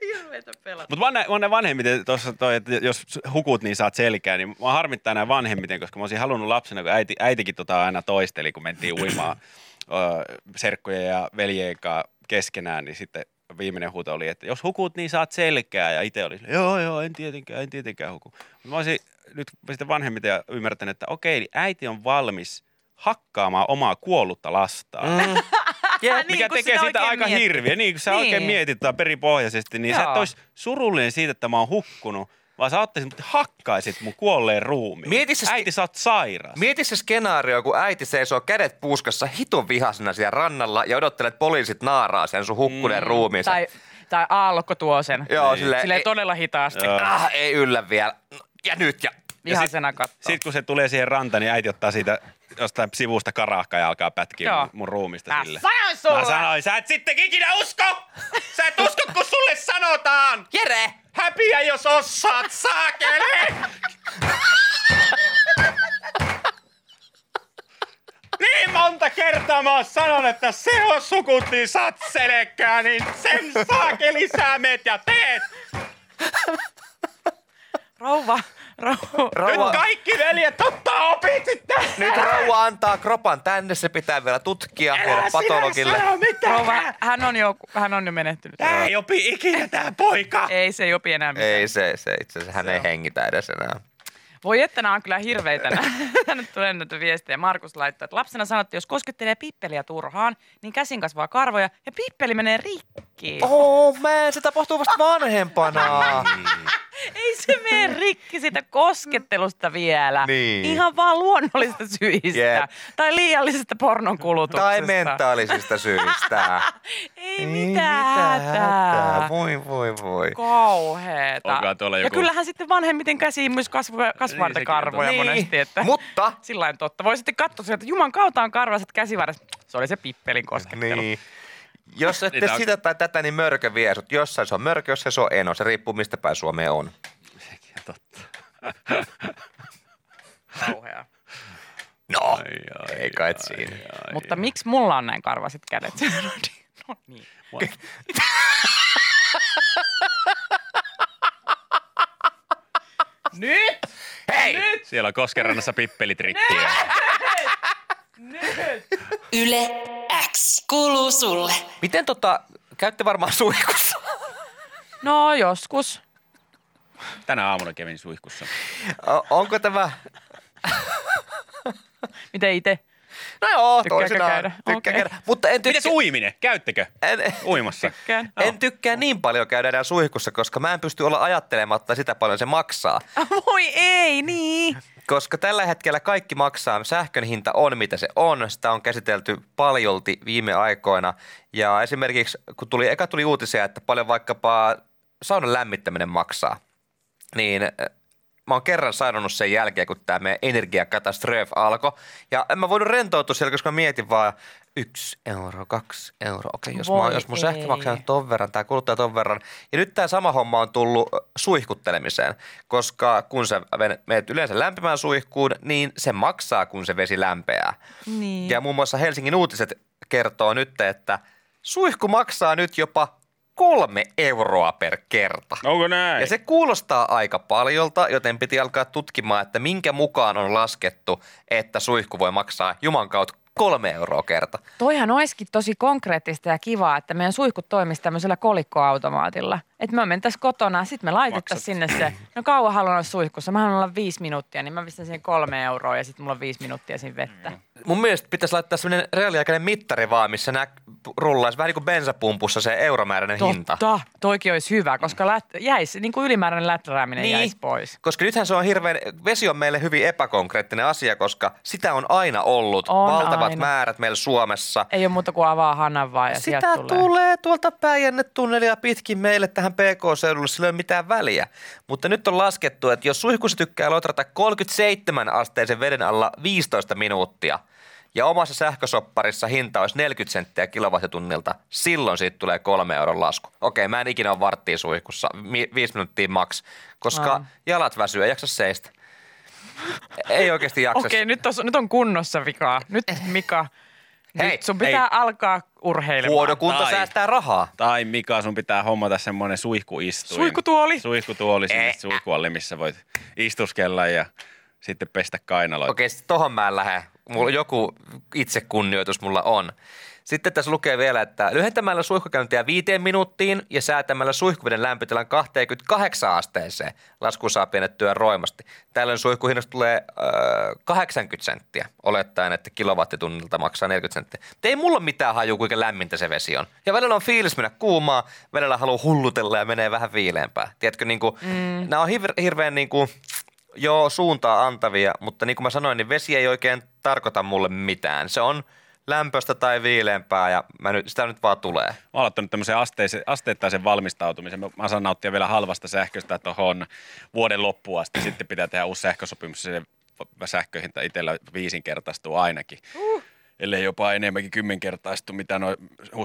[SPEAKER 2] Hirveetä pelkoa.
[SPEAKER 3] Mutta mä oon ne vanhemmiten tuossa toi, että jos hukut, niin saat selkää, niin mä harmittaa näin vanhemmiten, koska mä olisin halunnut lapsena, kun äiti, äitikin tota aina toisteli, kun mentiin uimaan ö, serkkujen ja veljen kanssa keskenään, niin sitten viimeinen huuto oli, että jos hukut, niin saat selkää. Ja itse oli, silleen, joo, joo, en tietenkään, en tietenkään huku. Mut Mä olisin nyt sitten vanhemmiten ja ymmärtänyt, että okei, niin äiti on valmis hakkaamaan omaa kuollutta lastaan. Mm.
[SPEAKER 2] Yeah.
[SPEAKER 3] Mikä tekee siitä aika miet... hirviä. Niin, kun sä niin. oikein
[SPEAKER 2] Niin.
[SPEAKER 3] mietit tota peripohjaisesti, niin Joo. sä
[SPEAKER 2] Joo.
[SPEAKER 3] et ois surullinen siitä, että mä oon hukkunut, vaan sä ottaisit mut ja hakkaisit mun kuolleen ruumiin.
[SPEAKER 4] Mieti se-
[SPEAKER 3] Äiti, sä oot sairas.
[SPEAKER 4] Mieti se skenaario, kun äiti seisoo kädet puuskassa hitun vihasena siellä rannalla ja odottelet että poliisit naaraa sen sun hukkuneen mm. ruumiinsa.
[SPEAKER 2] Tai, tai aallokko tuo sen.
[SPEAKER 4] Joo, silleen,
[SPEAKER 2] Silleen
[SPEAKER 4] ei-
[SPEAKER 2] todella hitaasti.
[SPEAKER 4] Ah, ei yllä vielä. No, Ja nyt ja...
[SPEAKER 2] Vihasena kattoo.
[SPEAKER 3] Sitten kun se tulee siihen rantaan, niin äiti ottaa siitä jostain sivusta karahka ja alkaa pätkiä
[SPEAKER 2] Joo.
[SPEAKER 3] mun, mun ruumista
[SPEAKER 2] Mä
[SPEAKER 3] sille.
[SPEAKER 2] sanoin sulle!
[SPEAKER 3] Mä sanoin, sä et sitten ikinä usko! Sä et usko, kun sulle sanotaan!
[SPEAKER 4] Jere!
[SPEAKER 3] Häpiä, jos osaat, saakeli! Niin monta kertaa mä oon sanonut, että se on sukut, niin saat selkää, niin sen saakeli sä meet ja teet.
[SPEAKER 2] Rouva, rouva.
[SPEAKER 4] Rauha,
[SPEAKER 3] Nyt kaikki veljet ottaa opit sitten!
[SPEAKER 4] nyt rauha antaa kropan tänne, se pitää vielä tutkia, viedä
[SPEAKER 3] Älä sinä
[SPEAKER 4] patologille.
[SPEAKER 3] sano mitään!
[SPEAKER 2] rouva. Hän on jo, hän on jo menehtynyt.
[SPEAKER 3] Tää ei opi ikinä tää poika!
[SPEAKER 2] Ei se jopi enää mitään.
[SPEAKER 4] Ei se, se itse asiassa hän ei hengitä edes enää.
[SPEAKER 2] Voi että nämä on kyllä hirveitä. nää. Nyt tulee näitä viestejä. Markus laittaa, että lapsena sanottiin, että jos koskettelee pippeliä turhaan, niin käsin kasvaa karvoja ja pippeli menee rikki.
[SPEAKER 4] Oh man, se tapahtuu vasta vanhempana.
[SPEAKER 2] Ei se mene rikki siitä koskettelusta vielä.
[SPEAKER 4] Niin.
[SPEAKER 2] Ihan vaan luonnollisista syistä.
[SPEAKER 4] Jep.
[SPEAKER 2] Tai liiallisesta pornon kulutuksesta.
[SPEAKER 4] tai mentaalisista syistä.
[SPEAKER 2] Ei mitään hätää.
[SPEAKER 4] Voi, voi, voi.
[SPEAKER 2] Kauheeta.
[SPEAKER 3] Onkohan tuolla
[SPEAKER 2] Ja
[SPEAKER 3] joku-
[SPEAKER 2] kyllähän sitten vanhemmiten käsiin myös kasvaa, kasvaa
[SPEAKER 3] Niin,
[SPEAKER 2] niin,
[SPEAKER 3] sekin
[SPEAKER 2] karvoja
[SPEAKER 4] on totta.
[SPEAKER 2] monesti.
[SPEAKER 4] Niin,
[SPEAKER 2] Että
[SPEAKER 4] mutta-
[SPEAKER 2] Sillä on totta. Voi sitten katsoa sieltä, että juman kautta on karvaset käsivarret. Se oli se pippelin koskettelu.
[SPEAKER 4] Niin. Jos et
[SPEAKER 3] Niin
[SPEAKER 4] tee
[SPEAKER 3] tää on-
[SPEAKER 4] sitä tai tätä, niin mörkö vie sut. Jossain se on mörkö, jossain se on eno. Se riippuu mistä päin Suomea on.
[SPEAKER 2] Kauhea.
[SPEAKER 4] No, ei kai siinä.
[SPEAKER 2] Mutta miksi mulla on näin karvaset kädet? No niin, no niin. Nyt!
[SPEAKER 4] Hei!
[SPEAKER 3] Siellä on Koskenrannassa pippelitrikkiä.
[SPEAKER 1] Yle X kuuluu sulle.
[SPEAKER 4] Miten tota, käytte varmaan suihkussa.
[SPEAKER 2] No joskus.
[SPEAKER 3] Tänä aamuna kävin suihkussa.
[SPEAKER 4] O- onko tämä...
[SPEAKER 2] Miten itse?
[SPEAKER 4] No joo,
[SPEAKER 2] Tykkääkö
[SPEAKER 4] toisinaan.
[SPEAKER 2] käydä?
[SPEAKER 4] Tykkää
[SPEAKER 2] Okei.
[SPEAKER 4] käydä. Mutta en tykkää...
[SPEAKER 3] Mites uiminen? Käyttekö
[SPEAKER 4] en,
[SPEAKER 3] uimassa?
[SPEAKER 2] Tykkään.
[SPEAKER 4] en tykkää niin paljon käydä enää suihkussa, koska mä en pysty olla ajattelematta sitä paljon se maksaa.
[SPEAKER 2] Voi ei, niin.
[SPEAKER 4] Koska tällä hetkellä kaikki maksaa. Sähkön hinta on mitä se on. Sitä on käsitelty paljolti viime aikoina. Ja esimerkiksi kun tuli, eka tuli uutisia, että paljon vaikkapa saunan lämmittäminen maksaa. Niin äh, mä oon kerran sanonut sen jälkeen, kun tämä meidän energiakatastrof alkoi. Ja en mä voinut rentoutua siellä, koska mä mietin vaan yksi euro, kaksi euroa. Okei, jos, mä,
[SPEAKER 2] Voi
[SPEAKER 4] jos mun sähkö
[SPEAKER 2] ei.
[SPEAKER 4] maksaa nyt ton verran, tämä kuluttaa ton verran. Ja nyt tämä sama homma on tullut ö, suihkuttelemiseen, koska kun sä ven- menet yleensä lämpimään suihkuun, niin se maksaa, kun se vesi lämpeää.
[SPEAKER 2] Niin.
[SPEAKER 4] Ja muun muassa Helsingin uutiset kertoo nyt, että suihku maksaa nyt jopa kolme euroa per kerta.
[SPEAKER 3] Onko näin?
[SPEAKER 4] Ja se kuulostaa aika paljolta, joten piti alkaa tutkimaan, että minkä mukaan on laskettu, että suihku voi maksaa juman kautta kolme euroa kerta.
[SPEAKER 2] Toihan olisikin tosi konkreettista ja kivaa, että meidän suihkut toimisi tämmöisellä kolikkoautomaatilla. Että me mentäisiin kotona, sitten me laitettaisiin sinne se, no kauan haluan olla suihkussa, mä haluan olla viisi minuuttia, niin mä pistän siihen kolme euroa ja sitten mulla on viisi minuuttia siinä vettä.
[SPEAKER 4] mun mielestä pitäisi laittaa semmoinen reaaliaikainen mittari vaan, missä nää rullaisi vähän niin kuin bensapumpussa se euromääräinen hinta.
[SPEAKER 2] Totta, toikin olisi hyvä, koska lät, jäisi, niin kuin ylimääräinen läträäminen niin. jäisi pois.
[SPEAKER 4] Koska nythän se on hirveän, vesi on meille hyvin epäkonkreettinen asia, koska sitä on aina ollut.
[SPEAKER 2] On
[SPEAKER 4] Valtavat
[SPEAKER 2] aina.
[SPEAKER 4] määrät meillä Suomessa.
[SPEAKER 2] Ei ole muuta kuin avaa hanan vaan ja sieltä
[SPEAKER 4] Sitä
[SPEAKER 2] tulee.
[SPEAKER 4] tulee. tuolta päijännetunnelia pitkin meille tähän PK-seudulle, sillä ei ole mitään väliä. Mutta nyt on laskettu, että jos suihkussa tykkää lotrata 37 asteisen veden alla 15 minuuttia ja omassa sähkösopparissa hinta olisi 40 senttiä kilowattitunnilta, silloin siitä tulee kolme euron lasku. Okei, mä en ikinä ole varttia suihkussa, mi- viisi minuuttia maks, koska
[SPEAKER 2] Aa.
[SPEAKER 4] jalat väsyy, ei jaksa seistä. Ei oikeasti jaksa.
[SPEAKER 2] Okei, nyt, tos, nyt on kunnossa vikaa. Nyt Mika,
[SPEAKER 4] Eh. Hei,
[SPEAKER 2] nyt sun pitää alkaa urheilemaan.
[SPEAKER 4] Huonokunta
[SPEAKER 3] Tai-
[SPEAKER 4] säästää rahaa.
[SPEAKER 3] Tai Mika, sun pitää hommata semmoinen suihkuistuin.
[SPEAKER 2] Suihkutuoli.
[SPEAKER 3] Suihkutuoli sinne
[SPEAKER 4] Eh.
[SPEAKER 3] suihkualle, missä voit istuskella ja sitten pestä kainaloita.
[SPEAKER 4] Okei, sit tohon mä en lähde. Mulla joku itsekunnioitus mulla on. Sitten tässä lukee vielä, että lyhentämällä suihkukäyntiä viiteen minuuttiin ja säätämällä suihkuveden lämpötilan 28 asteeseen lasku saa pienettyä roimasti. Tällöin suihkuhinnasta tulee öö, 80 senttiä, olettaen, että kilowattitunnilta maksaa 40 senttiä. Mutta ei mulla ole mitään haju, kuinka lämmintä se vesi on. Ja välillä on fiilis mennä kuumaa, välillä haluaa hullutella ja menee vähän viileämpää. Tiedätkö, niin kuin, mm. nämä on hir- hirveän niin kuin, joo, suuntaa antavia, mutta niin kuin mä sanoin, niin vesi ei oikein tarkoita mulle mitään. Se on lämpöstä tai viileämpää ja mä nyt, sitä nyt vaan tulee.
[SPEAKER 3] Mä oon aloittanut tämmöisen asteise- asteittaisen valmistautumisen. Mä, mä saan nauttia vielä halvasta sähköstä tuohon vuoden loppuun asti. Sitten pitää tehdä uusi sähkösopimus. Se sähköhinta itsellä viisinkertaistuu ainakin. Uh. Ellei jopa enemmänkin kymmenkertaistu, mitä noi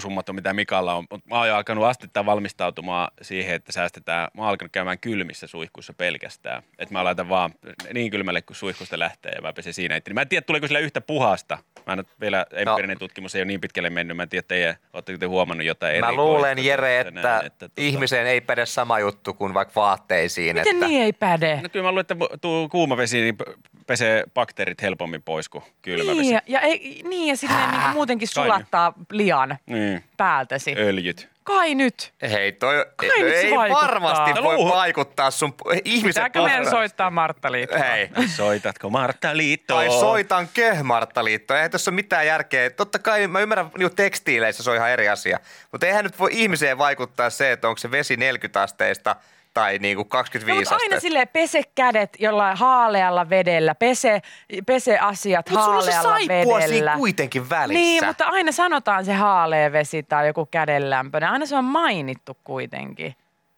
[SPEAKER 3] summat on, mitä Mikalla on. Mut mä oon jo alkanut asteittain valmistautumaan siihen, että säästetään. Mä oon alkanut käymään kylmissä suihkuissa pelkästään. Että mä laitan vaan niin kylmälle, kun suihkusta lähtee ja mä pesen siinä. itteni. Mä en tiedä, tuleeko sillä yhtä puhasta. Mä en ole vielä,
[SPEAKER 4] No.
[SPEAKER 3] empiirinen tutkimus ei ole niin pitkälle mennyt. Mä en tiedä, teidän, ootteko te huomannut jotain
[SPEAKER 4] Mä
[SPEAKER 3] erikoista
[SPEAKER 4] luulen,
[SPEAKER 3] tässä
[SPEAKER 4] Jere, että,
[SPEAKER 3] näin, tota-
[SPEAKER 4] ihmiseen ei päde sama juttu kuin vaikka vaatteisiin.
[SPEAKER 2] Miten
[SPEAKER 4] että,
[SPEAKER 2] niin ei päde?
[SPEAKER 3] No kyllä mä luulen, että mu- tuu kuuma vesi, niin p- pesee bakteerit helpommin pois kuin kylmä
[SPEAKER 2] Niin,
[SPEAKER 3] vesi.
[SPEAKER 2] ja, ja, ei, niin, ja silleen niin muutenkin
[SPEAKER 3] Kai nyt.
[SPEAKER 2] sulattaa lian
[SPEAKER 4] Mm.
[SPEAKER 3] Niin,
[SPEAKER 2] päältäsi.
[SPEAKER 4] Eh.
[SPEAKER 3] öljyt.
[SPEAKER 2] Kai nyt.
[SPEAKER 4] Hei, toi
[SPEAKER 2] Kai
[SPEAKER 4] ei,
[SPEAKER 2] nyt se
[SPEAKER 4] ei
[SPEAKER 2] vaikuttaa.
[SPEAKER 4] varmasti
[SPEAKER 2] No
[SPEAKER 4] voi
[SPEAKER 3] luuhu-
[SPEAKER 4] vaikuttaa sun pu- ihmisen
[SPEAKER 2] Pitääkö meidän
[SPEAKER 4] puhe-
[SPEAKER 2] soittaa Martta Liittoa?
[SPEAKER 4] Hei.
[SPEAKER 3] Soitatko Martta Liittoon?
[SPEAKER 4] Tai soitan kehmarttaliittoon. Eihän tässä ole mitään järkeä. Totta kai mä ymmärrän, niin tekstiileissä se on ihan eri asia. Mutta eihän nyt voi ihmiseen vaikuttaa se, että onko se vesi 40 asteista tai niinku
[SPEAKER 2] No,
[SPEAKER 4] 25
[SPEAKER 2] mutta aina
[SPEAKER 4] asteista.
[SPEAKER 2] silleen pese kädet jollain haalealla vedellä, pese, pese asiat
[SPEAKER 4] Mut sulla on se
[SPEAKER 2] haalealla
[SPEAKER 4] saippua siinä
[SPEAKER 2] vedellä.
[SPEAKER 4] kuitenkin välissä.
[SPEAKER 2] Niin, mutta aina sanotaan se haalea vesi tai joku kädenlämpöinen. Aina se on mainittu kuitenkin.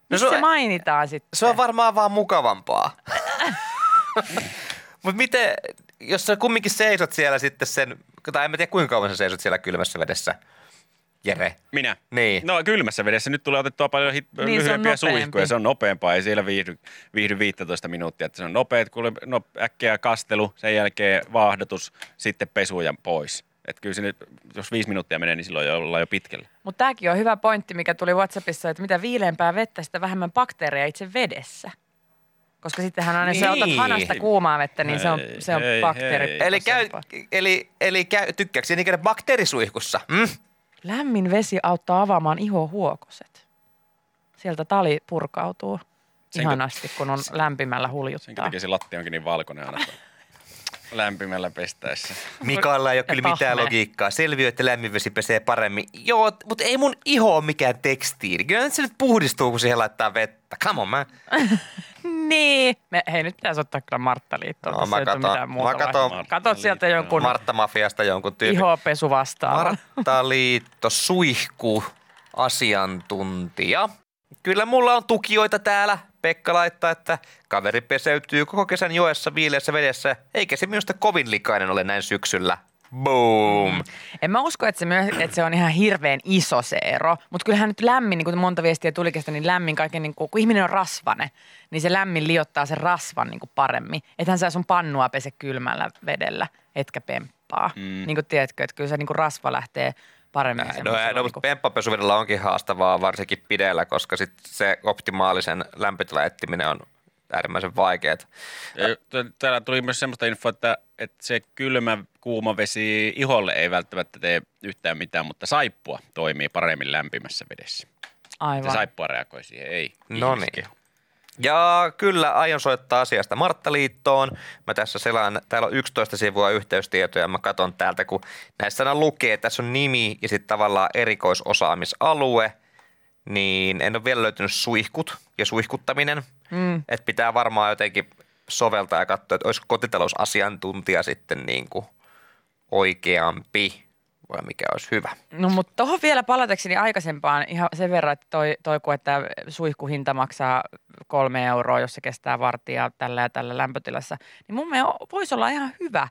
[SPEAKER 2] No
[SPEAKER 4] se
[SPEAKER 2] se, se
[SPEAKER 4] on-
[SPEAKER 2] mainitaan sitten?
[SPEAKER 4] Se on varmaan vaan mukavampaa. Mutta miten, jos sä kumminkin seisot siellä sitten sen, tai en mä tiedä kuinka kauan sä seisot siellä kylmässä vedessä, Jere.
[SPEAKER 3] Minä?
[SPEAKER 4] Niin.
[SPEAKER 3] No kylmässä vedessä nyt tulee otettua paljon hit-
[SPEAKER 2] Niin, se on
[SPEAKER 3] niin, lyhyempiä
[SPEAKER 2] nopeampi.
[SPEAKER 3] suihkuja. Se on nopeampaa, ei siellä viihdy, viihdy 15 minuuttia. Että se on nopeet, kuule, no, äkkiä kastelu, sen jälkeen vaahdotus, sitten pesu ja pois. Että kyllä sinne, jos viisi minuuttia menee, niin silloin jo ollaan jo pitkällä.
[SPEAKER 2] Mutta tämäkin on hyvä pointti, mikä tuli Whatsappissa, että mitä viileämpää vettä, sitä vähemmän bakteereja itse vedessä. Koska sittenhän aina niin. sä otat
[SPEAKER 4] Niin.
[SPEAKER 2] hanasta kuumaa vettä, niin se on,
[SPEAKER 3] Hei,
[SPEAKER 2] se on
[SPEAKER 3] hei,
[SPEAKER 2] bakteeri.
[SPEAKER 3] hei.
[SPEAKER 4] Eli, käy, eli, eli käy, tykkääkö sinä käydä bakteerisuihkussa? Mm?
[SPEAKER 2] Lämmin vesi auttaa avaamaan ihohuokoset. Sieltä tali purkautuu
[SPEAKER 3] Senkö-
[SPEAKER 2] ihanasti, kun on lämpimällä
[SPEAKER 3] Senkin
[SPEAKER 2] huljuttaa.
[SPEAKER 3] takia se lattia onkin niin valkoinen aina tuolla lämpimällä pestäessä.
[SPEAKER 4] Mikaella ei ole
[SPEAKER 2] Ja
[SPEAKER 4] kyllä mitään
[SPEAKER 2] tahmea.
[SPEAKER 4] logiikkaa. Selviö, että lämmin vesi pesee paremmin. Joo, mutta ei mun iho ole mikään tekstiili. Kyllä nyt se nyt puhdistuu, kun siihen laittaa vettä. Come on, mä.
[SPEAKER 2] Niin. Me, hei, nyt pitäisi ottaa kyllä Martta Liittoon.
[SPEAKER 4] No,
[SPEAKER 2] No,
[SPEAKER 4] mä
[SPEAKER 2] mä
[SPEAKER 4] katon-
[SPEAKER 2] mitään muuta
[SPEAKER 4] mä katon-
[SPEAKER 2] vaihtoehtoa. Katot sieltä jonkun
[SPEAKER 4] Martta Mafiasta jonkun tyypin.
[SPEAKER 2] ihopesu vastaan.
[SPEAKER 4] Marttaliitto, suihku, asiantuntija. Kyllä mulla on tukijoita täällä. Pekka laittaa, että kaveri peseytyy koko kesän joessa viileässä vedessä, eikä se minusta kovin likainen ole näin syksyllä. Boom!
[SPEAKER 2] En mä usko, että se, myös, että se on ihan hirveän iso se ero, mutta kyllähän nyt lämmin, niin kuin monta viestiä tuli kestä, niin lämmin kaiken, niin kuin, kun ihminen on rasvane, niin se lämmin liottaa sen rasvan niin kuin paremmin. Ethän sä sun pannua pese kylmällä vedellä, etkä pemppaa. Mm. Niin kuin tiedätkö, että kyllä se niin kuin rasva lähtee paremmin.
[SPEAKER 4] No,
[SPEAKER 2] semmoisella
[SPEAKER 4] no
[SPEAKER 2] niin
[SPEAKER 4] mutta
[SPEAKER 2] kuin-
[SPEAKER 4] pemppapesuvedellä onkin haastavaa, varsinkin pidellä, koska sit se optimaalisen lämpötilan etsiminen on äärimmäisen vaikeaa.
[SPEAKER 3] Ja t- Täällä tuli myös semmoista infoa, että, että se kylmä kuuma vesi iholle ei välttämättä tee yhtään mitään, mutta saippua toimii paremmin lämpimässä vedessä. Se
[SPEAKER 2] Aivan.
[SPEAKER 3] saippua reagoi siihen, ei
[SPEAKER 4] No niin.
[SPEAKER 3] ihmiskeho.
[SPEAKER 4] Ja kyllä aion soittaa asiasta Marttaliittoon. Mä tässä selaan, täällä on 11 sivua yhteystietoja. Mä katson täältä, kun näissä aina lukee, että tässä on nimi ja sitten tavallaan erikoisosaamisalue. Niin en ole vielä löytynyt suihkut ja suihkuttaminen. Mm. Että pitää varmaan jotenkin soveltaa ja katsoa, että olisiko kotitalousasiantuntija sitten niin kuin oikeampi vai mikä olisi hyvä.
[SPEAKER 2] No mutta tuohon vielä palatakseni aikaisempaan ihan sen verran, että toi, toi kun, että suihkuhinta maksaa kolme euroa, jos se kestää vartia tällä ja tällä lämpötilassa, niin mun mielestä voisi olla ihan hyvä,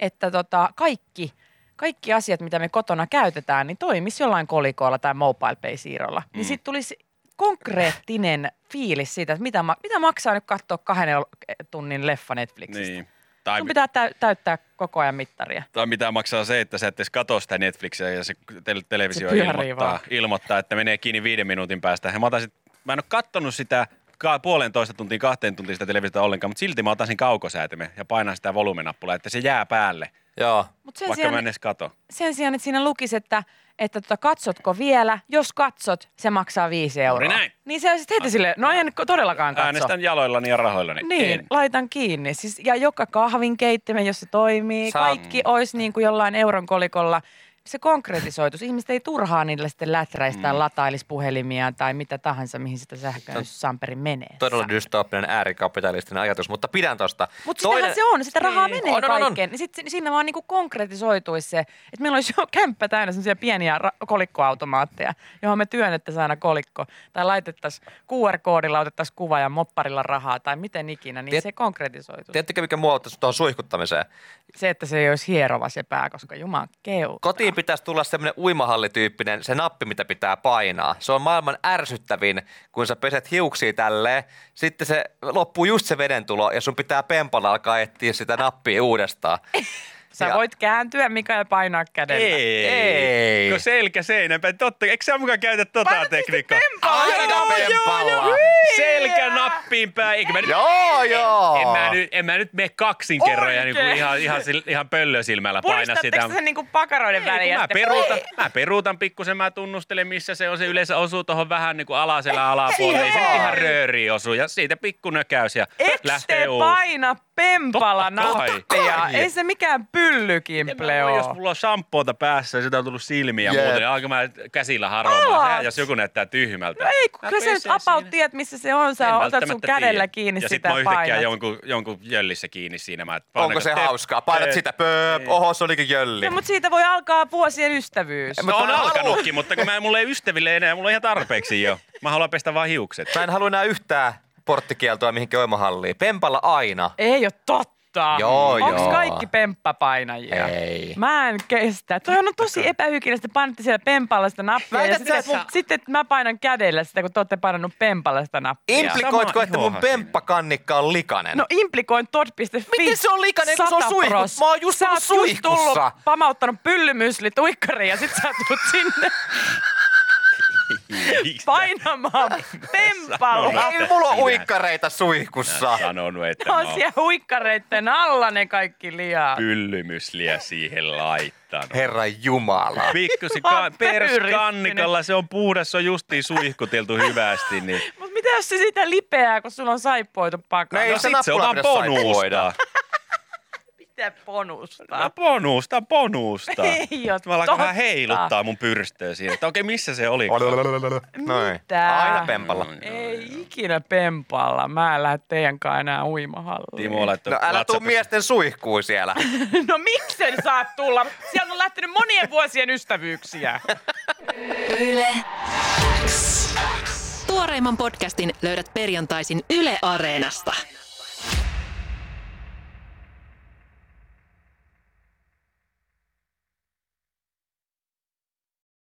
[SPEAKER 2] että tota, kaikki, kaikki asiat, mitä me kotona käytetään, niin toimisi jollain kolikoilla tai mobile pay siirrolla. Mm. Niin sitten tulisi konkreettinen fiilis siitä, että mitä, ma- mitä maksaa nyt katsoa kahden eu- tunnin leffa Netflixistä. Niin.
[SPEAKER 3] Niin. Tai,
[SPEAKER 2] Sun pitää täy- täyttää koko ajan mittaria.
[SPEAKER 3] tai mitä maksaa se, että sä et edes katso sitä Netflixiä ja se te- televisio
[SPEAKER 2] Se
[SPEAKER 3] se
[SPEAKER 2] pyörii vaan.
[SPEAKER 3] ilmoittaa, ilmoittaa, että menee kiinni viiden minuutin päästä. Ja Mä, otan sit, mä en ole kattonut sitä ka- puolentoista tuntia, kahteen tuntiin sitä televisiota ollenkaan, mutta silti mä otan sen kaukosäätimen ja painan sitä volumenappulaa, että se jää päälle,
[SPEAKER 4] Joo.
[SPEAKER 2] Mut sen
[SPEAKER 3] vaikka
[SPEAKER 2] sijaan,
[SPEAKER 3] mä en edes kato.
[SPEAKER 2] sen sijaan, että siinä lukisi, että, että tota, katsotko vielä, jos katsot, se maksaa viisi euroa.
[SPEAKER 3] näin.
[SPEAKER 2] Niin se olisi heti silleen, no en ko- todellakaan katso.
[SPEAKER 3] Äänestän jaloillani ja rahoillani.
[SPEAKER 2] Niin,
[SPEAKER 3] En.
[SPEAKER 2] laitan kiinni. Siis, ja joka kahvin keittimen, jos se toimii,
[SPEAKER 4] Saa-
[SPEAKER 2] kaikki olisi niin kuin jollain euron kolikolla. Se konkretisoitus. Ihmiset ei turhaa niillä sitten läträisi
[SPEAKER 3] Mm.
[SPEAKER 2] tai latailisi puhelimia tai mitä tahansa, mihin sitä sähköä samperi menee.
[SPEAKER 4] Todella dystooppinen äärikapitalistinen ajatus, mutta pidän tosta.
[SPEAKER 2] Mutta sitähän se on, sitä rahaa menee
[SPEAKER 4] On, on, on.
[SPEAKER 2] kaikkeen. Niin sit si- siinä vaan niinku konkretisoituisi se, että meillä olisi jo kämppä täynnä semmoisia pieniä ra- kolikkoautomaatteja, johon me työnnettäisiin aina kolikko. Tai laitettaisiin QR-koodilla, otettaisiin kuva ja mopparilla rahaa tai miten ikinä, niin
[SPEAKER 4] Tiet-
[SPEAKER 2] se konkretisoituu.
[SPEAKER 4] Tiedättekö, mikä mua ottaisi tuohon suihkuttamiseen?
[SPEAKER 2] Se, että se ei olisi hierova se pää, koska juman keu.
[SPEAKER 4] Kotiin pitäisi tulla semmoinen uimahallityyppinen, se nappi, mitä pitää painaa. Se on maailman ärsyttävin, kun sä peset hiuksia tälleen. Sitten se loppuu just se veden tulo ja sun pitää pempalla alkaa etsiä sitä nappia uudestaan.
[SPEAKER 2] Sä
[SPEAKER 4] Ja-
[SPEAKER 2] voit kääntyä, mikä ja painaa kädellä.
[SPEAKER 3] Ei.
[SPEAKER 4] Ei.
[SPEAKER 3] Kun selkä seinäpäin. Totta, eikö sä mukaan käytä tota
[SPEAKER 2] Paina piste
[SPEAKER 3] tekniikkaa?
[SPEAKER 2] pempaa.
[SPEAKER 4] Aina pempalla.
[SPEAKER 3] Selkä nappiin päin. Eikä mä nyt,
[SPEAKER 4] Joo, joo.
[SPEAKER 3] en, mä nyt, en mä nyt mene kaksin kerroja niin kuin
[SPEAKER 2] Oikein.
[SPEAKER 3] ihan, ihan, sil- ihan pöllösilmällä paina sitä.
[SPEAKER 2] Puristatteko te sen niinku pakaroiden väliin?
[SPEAKER 3] Ei,
[SPEAKER 2] ja
[SPEAKER 3] kun mä,
[SPEAKER 2] sitten-
[SPEAKER 3] peruutan, mä peruutan pikkusen, mä tunnustelen missä se on. Se yleensä osuu tuohon vähän niin kuin alaselä alapuolelle. Ei se nyt ihan rööri osu ja siitä pikku nökäys ja
[SPEAKER 2] Eks te
[SPEAKER 3] lähtee uusi.
[SPEAKER 2] paina pempala
[SPEAKER 3] Totta kai.
[SPEAKER 2] nappia? Ei se mikään pyllykimple
[SPEAKER 3] Joo. Jos
[SPEAKER 2] ole.
[SPEAKER 3] mulla on shampoota päässä ja sitä on tullut silmiä
[SPEAKER 4] Jep.
[SPEAKER 3] yeah. muuten, niin alkaa mä käsillä
[SPEAKER 2] Alat.
[SPEAKER 3] haromaan. Sehän, jos joku näyttää tyhmältä.
[SPEAKER 2] No ei, kun
[SPEAKER 3] Mä
[SPEAKER 2] kyllä sä
[SPEAKER 3] pesen
[SPEAKER 2] nyt
[SPEAKER 3] siinä.
[SPEAKER 2] apaut tiedät, missä se on.
[SPEAKER 3] En
[SPEAKER 2] Sä otat sun
[SPEAKER 3] välttämättä
[SPEAKER 2] kädellä
[SPEAKER 3] tiedä.
[SPEAKER 2] kiinni
[SPEAKER 3] ja
[SPEAKER 2] sitä
[SPEAKER 3] Ja sit mä yhtäkkiä
[SPEAKER 2] painat.
[SPEAKER 3] jonkun, jonkun jöllissä kiinni siinä. Mä, että
[SPEAKER 4] Onko
[SPEAKER 3] painanko
[SPEAKER 4] se
[SPEAKER 3] te-
[SPEAKER 4] hauskaa? Painat
[SPEAKER 3] te-
[SPEAKER 4] sitä, pööp,
[SPEAKER 2] Niin.
[SPEAKER 4] oho, se olikin jölli.
[SPEAKER 2] No, mutta siitä voi alkaa vuosien ystävyys.
[SPEAKER 3] No on
[SPEAKER 4] Mä en
[SPEAKER 3] alkanutkin, mutta kun mä, mulla ei ystäville enää, mulla on ihan tarpeeksi jo. Mä haluan pestä vaan hiukset.
[SPEAKER 4] Mä en halua enää yhtään porttikieltoa mihinkin oimahalliin. Pempalla aina.
[SPEAKER 2] Ei ole totta.
[SPEAKER 4] Joo,
[SPEAKER 2] Onks
[SPEAKER 4] joo.
[SPEAKER 2] kaikki pemppapainajia?
[SPEAKER 4] Ei.
[SPEAKER 2] Mä en kestä. Toi on tosi epähygienistä. Painatte siellä pempalla sitä nappia.
[SPEAKER 4] Väität
[SPEAKER 2] Ja
[SPEAKER 4] sä,
[SPEAKER 2] sitten,
[SPEAKER 4] että mun-
[SPEAKER 2] sitten mä painan kädellä sitä, kun te olette painanut pempalla sitä nappia.
[SPEAKER 4] Implikoitko,
[SPEAKER 3] Sama
[SPEAKER 4] että mun
[SPEAKER 3] ihohan siinä.
[SPEAKER 4] pemppakannikka on likainen?
[SPEAKER 2] No implikoin tod.fi.
[SPEAKER 4] Miten se on likainen, kun se on
[SPEAKER 2] 100
[SPEAKER 4] suihku?
[SPEAKER 2] pros.
[SPEAKER 4] Mä oon just
[SPEAKER 2] sä
[SPEAKER 4] ollut
[SPEAKER 2] oot just tullut
[SPEAKER 4] suihkussa.
[SPEAKER 2] pamauttanut pyllymysli tuikkariin ja sit sä tulet sinne painamaan pempalla.
[SPEAKER 4] Ei mulla
[SPEAKER 3] Minä-
[SPEAKER 4] uikkareita
[SPEAKER 3] Mä
[SPEAKER 4] suihkussa.
[SPEAKER 3] oon sanonut, että
[SPEAKER 2] Ne
[SPEAKER 3] mä
[SPEAKER 2] on
[SPEAKER 3] oon
[SPEAKER 2] siellä huikkareitten alla ne kaikki liat.
[SPEAKER 3] pyllymysliä siihen laittanut.
[SPEAKER 4] Herra Jumala.
[SPEAKER 3] Pikkusen
[SPEAKER 2] Mä oon
[SPEAKER 3] ka- perskannikalla, se on puhdas, se on justiin suihkuteltu hyvästi. Niin.
[SPEAKER 2] Mut mitä jos se sitä lipeää, kun sulla on saippuoitu pakana?
[SPEAKER 4] No ei
[SPEAKER 3] No
[SPEAKER 4] se
[SPEAKER 3] sit se on
[SPEAKER 4] nappula
[SPEAKER 3] vaan
[SPEAKER 4] pidä
[SPEAKER 3] bonuusta.
[SPEAKER 4] saippuoida.
[SPEAKER 2] Mitä
[SPEAKER 3] No
[SPEAKER 2] ponusta?
[SPEAKER 3] bonuusta, bonuusta.
[SPEAKER 2] Ei oo
[SPEAKER 3] Mä alkaa
[SPEAKER 2] totta.
[SPEAKER 3] vähän heiluttaa mun pyrstöä siinä, että okei missä se oli.
[SPEAKER 4] Noin.
[SPEAKER 2] Mitä?
[SPEAKER 4] Aina pempalla.
[SPEAKER 3] Mm,
[SPEAKER 2] Ei ikinä pempalla. Mä en lähde teidän kanssa enää uimahalliin.
[SPEAKER 3] Timo laittoi
[SPEAKER 4] No älä tuu
[SPEAKER 3] WhatsAppissa-
[SPEAKER 4] miesten suihkuun siellä.
[SPEAKER 2] No miksen saa tulla? Siellä on lähtenyt monien vuosien ystävyyksiä.
[SPEAKER 1] Yle X. Tuoreimman podcastin löydät perjantaisin Yle Areenasta.